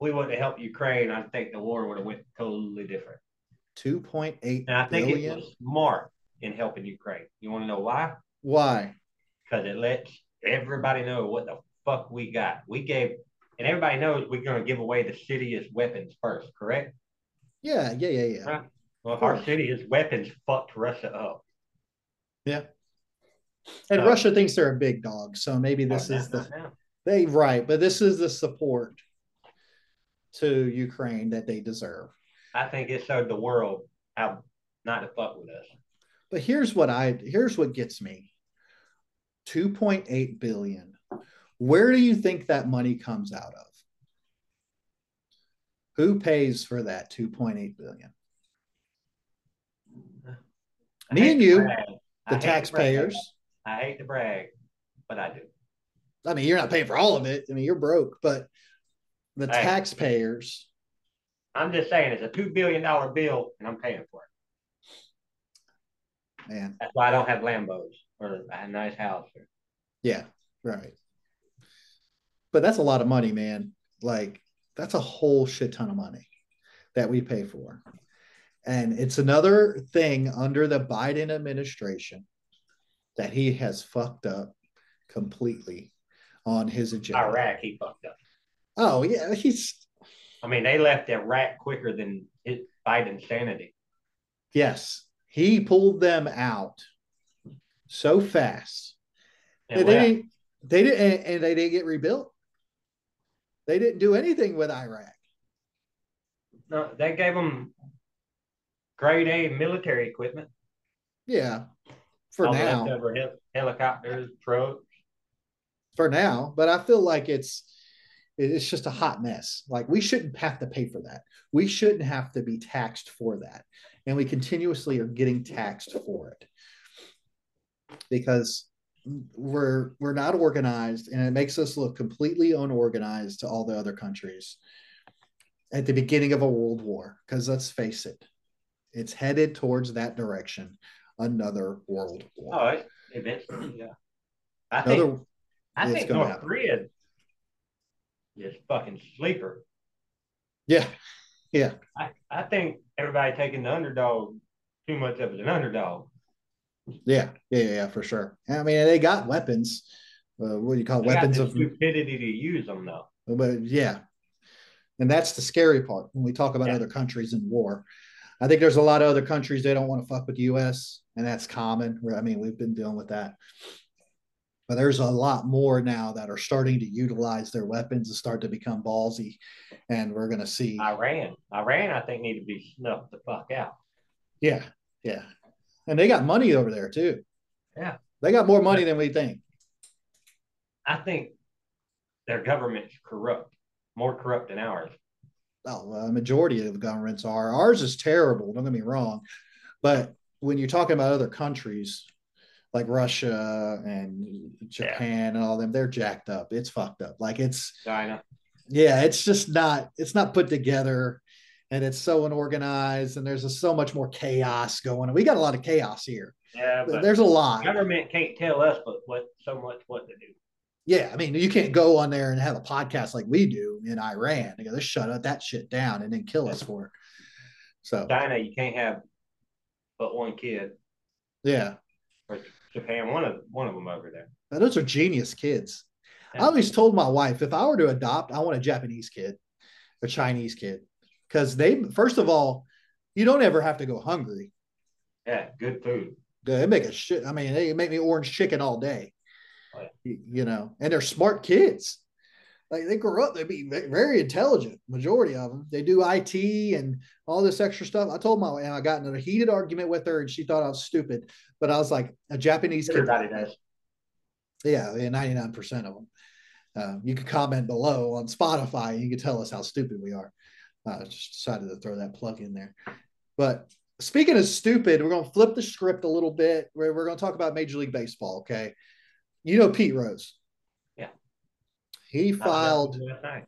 we wouldn't have helped Ukraine. I think the war would have went totally different.
2.8
And I think it
billion.
was smart in helping Ukraine. You want to know why?
Why?
Because it lets everybody know what the fuck we got. We gave, and everybody knows we're going to give away the shittiest weapons first, correct?
Yeah, yeah, yeah, yeah.
Right. Well, if our
Sure.
shittiest weapons fucked Russia up.
And
Uh, oh,
Russia thinks they're a big dog, so maybe this
Not
is
now,
the
not now.
they right, but this is the support to Ukraine that they deserve.
I think it showed the world how not to fuck with us.
But here's what I here's what gets me. 2.8 billion. Where do you think that money comes out of? Who pays for that 2.8 billion?
I
Me
hate
and
to
you,
brag.
The
I hate to brag.
taxpayers.
I hate to brag, but I do.
I mean, you're not paying for all of it. I mean, you're broke, but the
Hey.
taxpayers
I'm just saying it's a two billion dollar bill and I'm paying for it.
man.
That's why I don't have Lambos or a nice house. Or,
Yeah, right. But that's a lot of money, man. Like that's a whole shit ton of money that we pay for. And it's another thing under the Biden administration that he has fucked up completely on his agenda.
Iraq, he fucked up.
Oh, yeah, he's
I mean, they left Iraq quicker than his Biden sanity.
yes, he pulled them out so fast.
And
And they
left.
didn't they didn't and- and they didn't get rebuilt. They didn't do anything with Iraq.
No, they gave them grade A military equipment.
Yeah. For
All the
now.
leftover hel- helicopters, trucks.
For now. But I feel like it's it- it's just a hot mess. Like we shouldn't have to pay for that. We shouldn't have to be taxed for that. And we continuously are getting taxed for it. Because we're we're not organized and it makes us look completely unorganized to all the other countries at the beginning of a world war because let's face it it's headed towards that direction another world war
Oh, it, eventually, yeah. I think,
another
I
it's
think
gonna
North
happen.
Korea is fucking sleeper.
yeah
I, I think everybody taking the underdog too much of it an underdog.
Yeah, yeah, yeah, yeah, for sure. I mean, they got weapons. Uh, what do you call it?
They got
weapons
the
of?
stupidity to use them though.
But yeah, and that's the scary part when we talk about
Yeah.
other countries in war. I think there's a lot of other countries they don't want to fuck with the U.S. and that's common. Where I mean, we've been dealing with that. But there's a lot more now that are starting to utilize their weapons and start to become ballsy, and we're gonna see.
Iran, Iran, I think need to be snuffed the fuck out.
Yeah, yeah, and they got money over there too.
Yeah.
they got more money than we think.
I think their government's corrupt, more corrupt than ours.
Oh, well, a majority of governments are. Ours is terrible. Don't get me wrong, but when you're talking about other countries like Russia and Japan and all them, they're jacked up. It's fucked up. Like it's
China,
yeah, it's just not. It's not put together, and it's so unorganized. And there's just so much more chaos going on. We got a lot of chaos here.
yeah, but
There's a lot.
government can't tell us but what so much what to do.
Yeah, I mean, you can't go on there and have a podcast like we do in Iran. They go, "Let's shut up that shit down and then kill us for it. So
China, you can't have but one kid.
yeah.
Japan, one of one of them over there.
Now, those are genius kids. I
Yeah.
always told my wife if I were to adopt, I want a Japanese kid, a Chinese kid, because they first of all, you don't ever have to go hungry.
Yeah, good food.
They make a shit. I mean, they make me orange chicken all day,
Oh, yeah.
Y- you know. And they're smart kids. like they grow up, they be ve- very intelligent. Majority of them, they do IT and all this extra stuff. I told my, and I got in a heated argument with her, and she thought I was stupid. But I was like, a Japanese kid,
Everybody does.
yeah, ninety nine percent of them. Um, you can comment below on Spotify, and you can tell us how stupid we are. Uh, just decided to throw that plug in there. But speaking of stupid, we're going to flip the script a little bit. We're, we're going to talk about Major League Baseball. Okay, you know Pete Rose.
Yeah.
He
Not about
filed
the last night.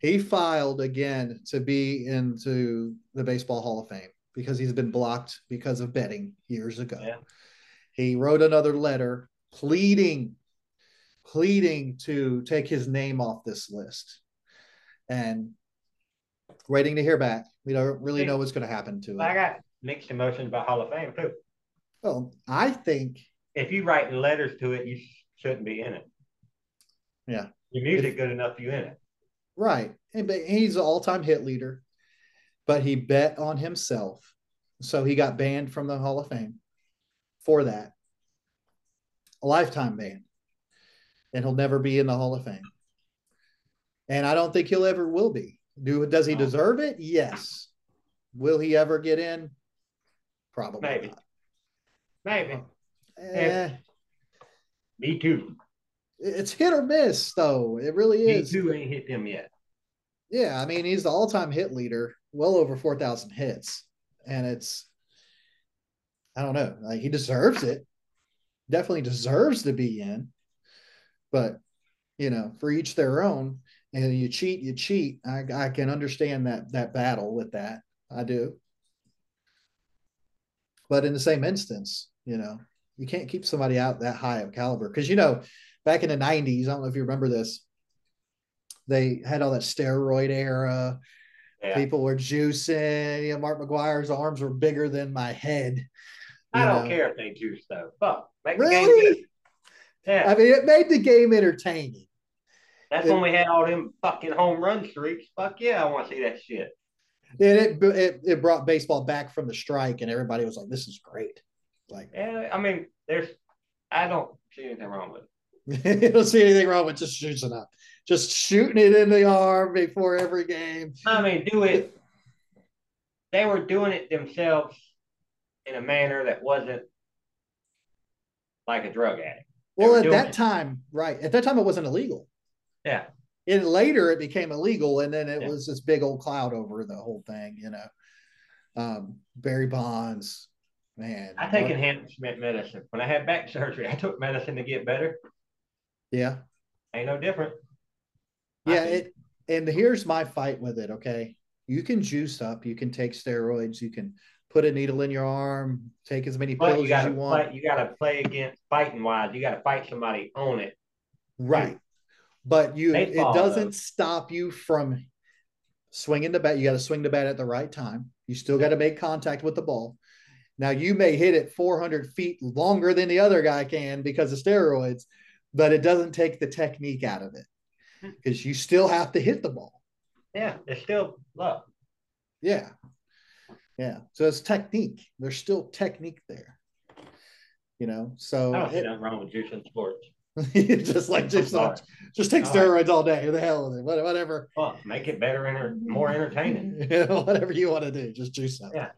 he filed again to be into the baseball hall of fame because he's been blocked because of betting years ago
Yeah.
he wrote another letter pleading pleading to take his name off this list and waiting to hear back we don't really know what's going to happen to him
I got mixed emotions about Hall of Fame too.
well i think
If you writing letters to it, you shouldn't be in it.
Yeah.
Your music good enough, you in it.
Right. And but he's an all-time hit leader, but he bet on himself. So he got banned from the Hall of Fame for that. A lifetime ban. And he'll never be in the Hall of Fame. And I don't think he'll ever will be. Do does he
No.
deserve it? Yes. Will he ever get in? Probably
Maybe.
not.
Maybe.
Eh,
Me too.
it's hit or miss, though. It really
Me
is.
too ain't hit them yet.
Yeah, I mean he's the all-time hit leader, well over four thousand hits, and it's I don't know, like he deserves it. Definitely deserves to be in, but you know, for each their own. And you cheat, you cheat. I, I can understand that that battle with that. I do. But in the same instance, you know, you can't keep somebody out that high of caliber because you know, back in the '90s, I don't know if you remember this they had all that steroid era.
Yeah.
People were juicing. You know, Mark McGuire's arms were bigger than my head.
I
you
don't
know.
care if they juice though. Fuck. Make the game good.
Really?
Yeah.
I mean, it made the game entertaining.
That's when we had all them fucking home run streaks. Fuck yeah, I want to see that shit.
And it, it it brought baseball back from the strike, and everybody was like, "This is great." Like,
Yeah, I mean, there's, I don't see anything wrong with it.
you don't see anything wrong with just shooting up, just shooting it in the arm before every game.
I mean, do it. They were doing it themselves in a manner that wasn't like a drug addict. They
Well,
were
at
doing
that
it.
time, right? At that time, it wasn't illegal.
Yeah.
And later, it became illegal, and then it
Yeah.
was this big old cloud over the whole thing. You know, um, Barry Bonds, man.
I take enhancement medicine. When I had back surgery, I took medicine to get better.
Yeah,
Ain't no different. I
yeah.
think-
It, and here's my fight with it. Okay, you can juice up, you can take steroids, you can put a needle in your arm, take as many
but
pills
you gotta
as you want.
play, you gotta play against fighting wise. You gotta fight somebody on it.
Right. But you
Baseball,
it doesn't
though.
stop you from swinging the bat. You got to swing the bat at the right time. You still got to make contact with the ball. Now you may hit it 400 feet longer than the other guy can because of steroids, but it doesn't take the technique out of it
Hmm.
because you still have to hit the ball.
Yeah, it's still love.
Yeah. Yeah. So it's technique. There's still technique there. You know, so
I don't see
it-
nothing wrong with juicing sports.
just like
I'm
just,
sorry.
just take
All right.
steroids all day. Who the hell is it? What- Whatever.
Fuck, make it better and more entertaining.
Whatever you want to do, just juice up.
Yeah.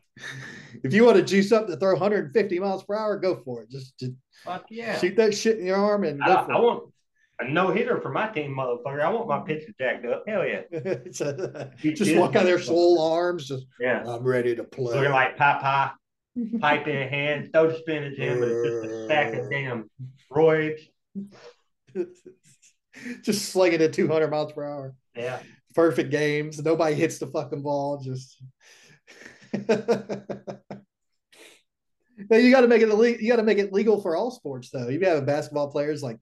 If you want to juice up to throw 150 miles per hour, go for it. Just, just
Fuck yeah.
shoot that shit in your arm and
I,
go
I
for
want a no hitter for my team, motherfucker. I want my pitcher jacked up. Hell yeah.
it. It's a-
You
just
did.
walk out there, sole arms. Just
Yeah.
I'm ready to play.
Looking like Popeye, pipe in hand, throw the spinach in, but it's just a stack of damn roids.
just sling it at 200 miles per hour.
Yeah.
Perfect games. Nobody hits the fucking ball. Just. now you got to make it illegal. You got to make it legal for all sports, though. You have basketball players like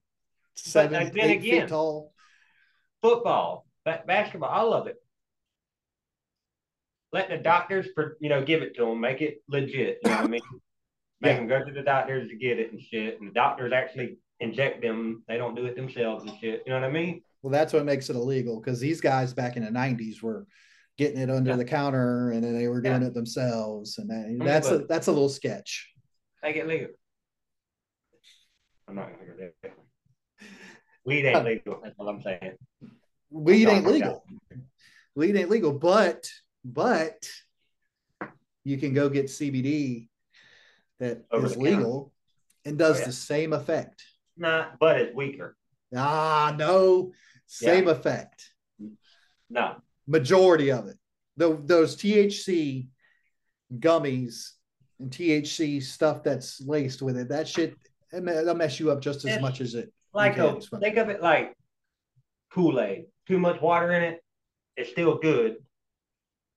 seven,
then
eight
again-
feet tall.
Football, ba- basketball, all of it. Let the doctors, pr- you know, give it to them, make it legit. You know what I mean? Make them go to the doctors to get it and shit. And the doctors actually inject them. They don't do it themselves and shit. You know what I mean?
Well, that's what makes it illegal because these guys back in the '90s were getting it under
Yeah.
the counter, and then they were doing it themselves, and that, that's a
but-
that's a little sketch.
Make it legal. I'm not gonna go there. Weed ain't legal. That's what I'm saying.
weed
Oh,
ain't
my
legal. Weed ain't legal, but but you can go get CBD that is
Over the counter.
legal and does
Oh, yeah.
the same effect.
Not, but it's weaker.
Ah, no, same
Yeah.
effect.
No,
Majority of it. Tho- those THC gummies and THC stuff that's laced with it, that shit, it me- it'll mess you up just as
Yeah.
much as it.
like
Okay,
a,
it's fine.
think of it like Kool Aid. Too much water in it, it's still good,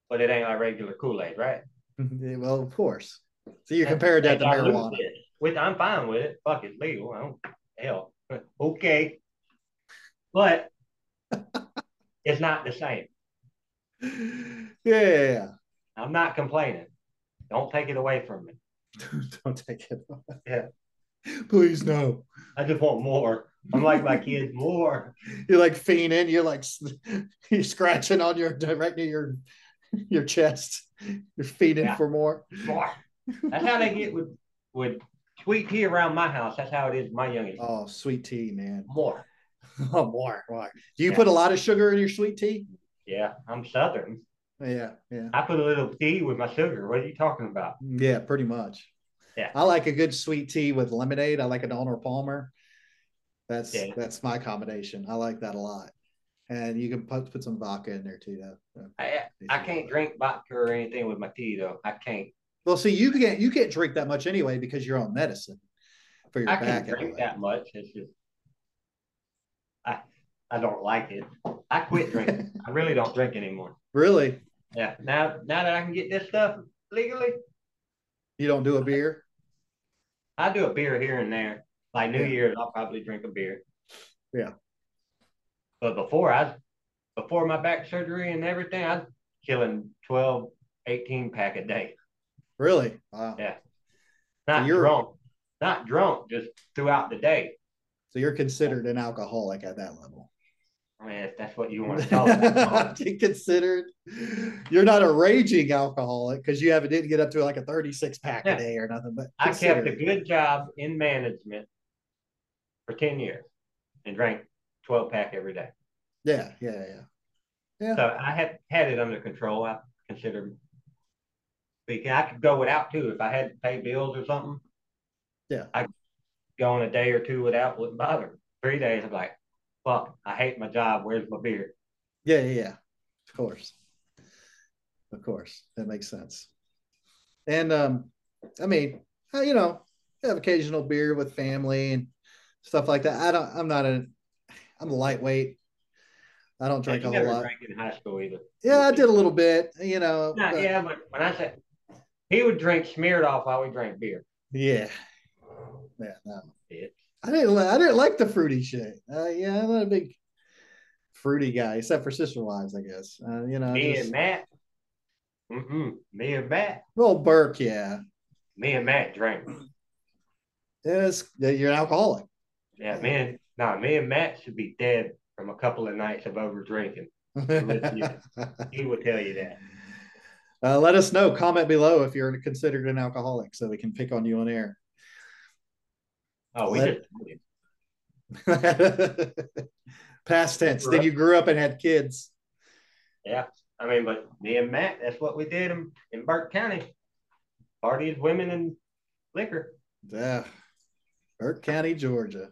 but it ain't like regular Kool Aid, right?
Yeah, well, of course. So you compared that to
They dilute
marijuana.
it, Which I'm fine with it. Fuck it's legal. I don't hell. okay. But it's not the same.
Yeah.
I'm not complaining. Don't take it away from me.
Don't take it.
Yeah.
Please no.
I just want more. I'm like my kids more.
You're like fiending. You're like s- you're scratching on your right near your your chest. You're fiending
Yeah.
for more.
More. That's how they get with with sweet tea around my house. That's how it is with my youngest.
Oh, sweet tea, man.
More.
Oh, more, more. Do you
Yeah.
put a lot of sugar in your sweet tea?
Yeah, I'm southern.
Yeah, yeah,
I put a little tea with my sugar. What are you talking about?
yeah. Pretty much.
Yeah.
I like a good sweet tea with lemonade. I like an Honor Palmer. That's
Yeah.
that's my combination. I like that a lot. And you can put put some vodka in there too. Though.
I I can't drink vodka or anything with my tea though. I can't.
Well, see, you can't you can't drink that much anyway because you're on medicine for your
I
back.
can't drink
anyway.
that much. It's just I I don't like it. I quit drinking. I really don't drink anymore.
Really,
Yeah. Now now that I can get this stuff legally,
you don't do a beer.
I do a beer here and there. Like New
Yeah.
Year's, I'll probably drink a beer.
Yeah.
But before I before my back surgery and everything, I was killing 12, 18 pack a day.
Really? Wow.
Yeah. Not
you're-
drunk. Not drunk, just throughout the day.
So you're considered an alcoholic at that level.
I mean, if that's what you want to call it.
You're considered. You're not a raging alcoholic because you haven't didn't get up to like a 36 pack
Yeah.
a day or nothing. But
I kept a
considered.
good job in management for 10 years and drank 12 pack every day.
Yeah, yeah, yeah.
So I had had it under control. I considered speaking. I could go without too if I had to pay bills or something.
Yeah.
I could go on a day or two without wouldn't bother. me. Three days I'm like, fuck, I hate my job. Where's my beer?
Yeah, yeah, yeah. Of course. Of course. That makes sense. And um, I mean, uh, you know, have occasional beer with family and stuff like that. I don't I'm not a I'm a lightweight. I don't drink
You
a whole
never
lot.
drank in high school either.
Yeah, I did a little bit, you know.
Nah,
but-
yeah, but when I said he would drink smeared off while we drank beer.
yeah. Yeah, no.
Bitch.
I didn't li- I didn't like the fruity shit. Uh, yeah, I'm not a big fruity guy, except for sister wives, I guess. Uh, you know,
Me
just,
and Matt. Mm-mm. Me and Matt.
well, Burke, yeah.
Me and Matt drank.
Yes, you're an alcoholic.
Yeah, me and nah, me and Matt should be dead from a couple of nights of over drinking. Yeah. He would tell you that.
Uh, let us know. Comment below if you're considered an alcoholic, so we can pick on you on air.
Oh, we
What?
just
Past tense. Then you grew up and had kids.
I mean, but me and Matt, that's what we did in, in Burke County. Parties, women, and liquor.
Yeah. Burke County, Georgia.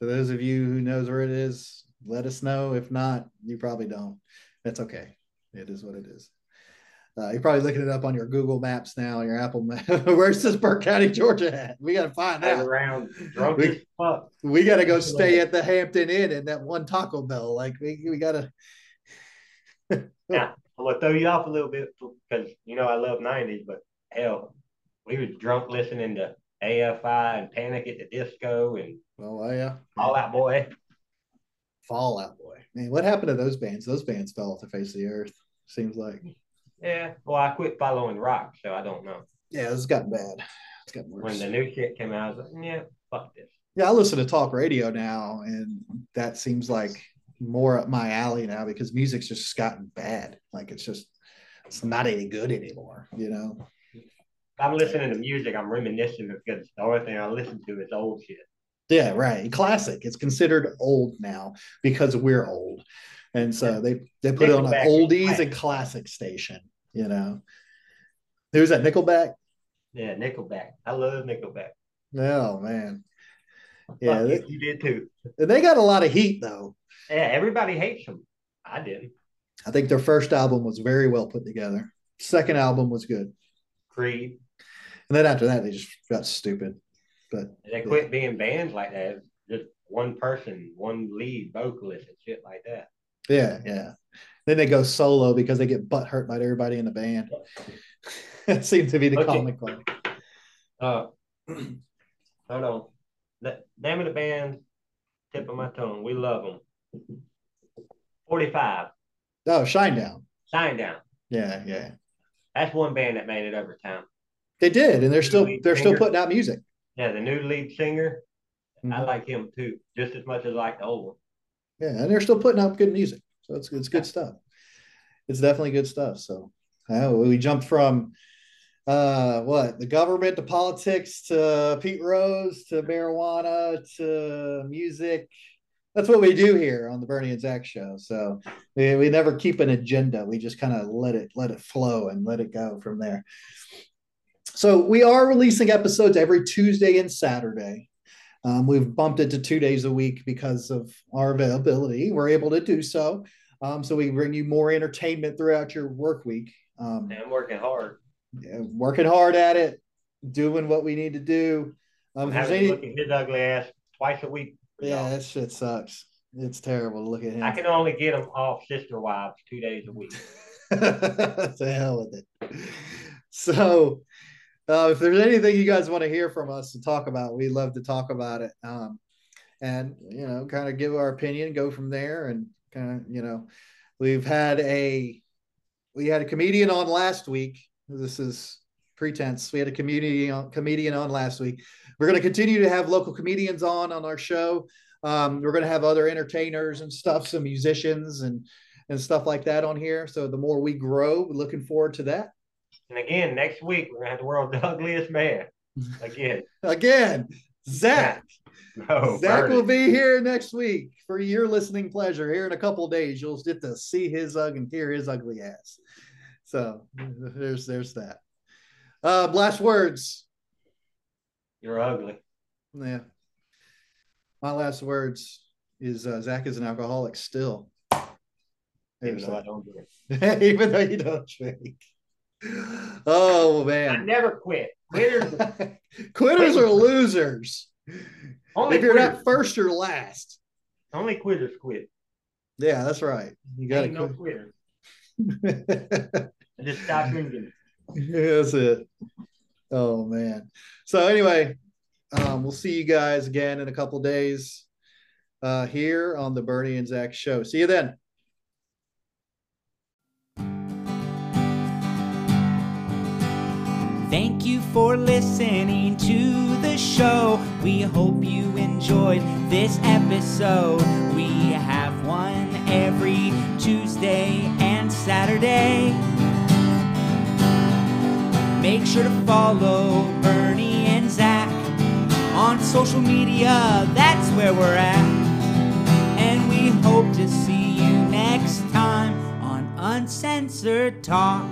For those of you who knows where it is, let us know. If not, you probably don't. That's okay. It is what it is. Uh, you're probably looking it up on your Google Maps now, your Apple Map. Where's this Burke County, Georgia at? We got to find
I was
out.
around drunk
We-
as fuck.
We got to go stay at the Hampton Inn and that one Taco Bell. Like we, we got to.
I'm gonna throw you off a little bit because you know I love '90s, but hell, we was drunk listening to AFI and Panic at the Disco and
Oh yeah.
all that boy.
Fallout Boy. Man, what happened to those bands? Those bands fell off the face of the earth. Seems like.
Yeah, well, I quit following rock, so I don't know.
Yeah, it's gotten bad. It's gotten
when
worse.
the new shit came out, I was like, yeah, fuck this.
Yeah, I listen to talk radio now, and that seems like more up my alley now because music's just gotten bad. Like it's just it's not any good anymore. You know.
I'm listening to music, I'm reminiscing because the only thing I listen to is old shit.
Yeah, right. Classic. It's considered old now because we're old. And so they they put it on
Nickelback
an
is
oldies
classic.
and classic station, you know. Who's that? Nickelback?
Yeah, Nickelback. I love Nickelback.
Oh man. Yeah,
Yeah,
they,
you did too.
they got a lot of heat though.
Yeah, everybody hates them. I didn't.
I think their first album was very well put together. Second album was good.
Creed.
And then after that they just got stupid. But
They quit being bands like that. Just one person, one lead vocalist and shit like that.
Yeah, yeah. Then they go solo because they get butt hurt by everybody in the band. that seems to be the
Okay.
comic one.
Uh, hold on. The, name of the band, tip of my tongue. We love them. 45,
Oh, Shinedown.
Sign Down.
Yeah, yeah.
That's one band that made it over time.
They did, and they're still
Lead
they're still
singer.
putting out music.
Yeah, the new lead singer, I
Mhm.
like him too, just as much as I like the old one.
Yeah, and they're still putting out good music. So it's it's good stuff. It's definitely good stuff. So uh, we jumped from uh what the government to politics to Pete Rose to marijuana to music. That's what we do here on the Bernie and Zach show. So we, we never keep an agenda. We just kind of let it let it flow and let it go from there. So we are releasing episodes every Tuesday and Saturday. Um, we've bumped it to two days a week because of our availability. We're able to do so. Um, so we bring you more entertainment throughout your work week. Um,
And I'm working hard.
yeah, Working hard at it, doing what we need to do. Um,
I'm
if there's
having to
any,
look at his ugly ass twice a week. for
yeah,
y'all.
that shit sucks. It's terrible to look at him.
I can only get him off sister wives two days a week.
to hell with it. So, uh, if there's anything you guys want to hear from us and talk about, we love to talk about it. Um, and you know, kind of give our opinion, go from there, and kind of you know, we've had a we had a comedian on last week. This is pretense. We had a community on, comedian on last week. We're going to continue to have local comedians on on our show. Um, we're going to have other entertainers and stuff, some musicians and and stuff like that on here. So the more we grow, we're looking forward to that.
And again, next week we're gonna have the world's ugliest man. Again.
Again, Zach,
No,
Zach
Oh, Bernie.
will be here next week for your listening pleasure. Here in a couple days, you'll get to see his ug and hear his ugly ass. So there's there's that. Uh, last words.
You're ugly.
Yeah. My last words is uh, Zach is an alcoholic still.
Even though I don't do it.
Even though you don't drink. Oh
I
man.
never quit. Quitters
Quitters are losers.
only
If you're
quitters,
not first, you're last.
only quitters quit.
Yeah, that's right. You gotta
Ain't no quitters.
quit.
Just stop drinking.
That's it. Oh man. So anyway, um, we'll see you guys again in a couple days uh, here on the Bernie and Zach show. See you then.
Thank you for listening to the show. We hope you enjoyed this episode. We have one every Tuesday and Saturday. Make sure to follow Bernie and Zach on social media. That's where we're at. And we hope to see you next time on Uncensored Talk.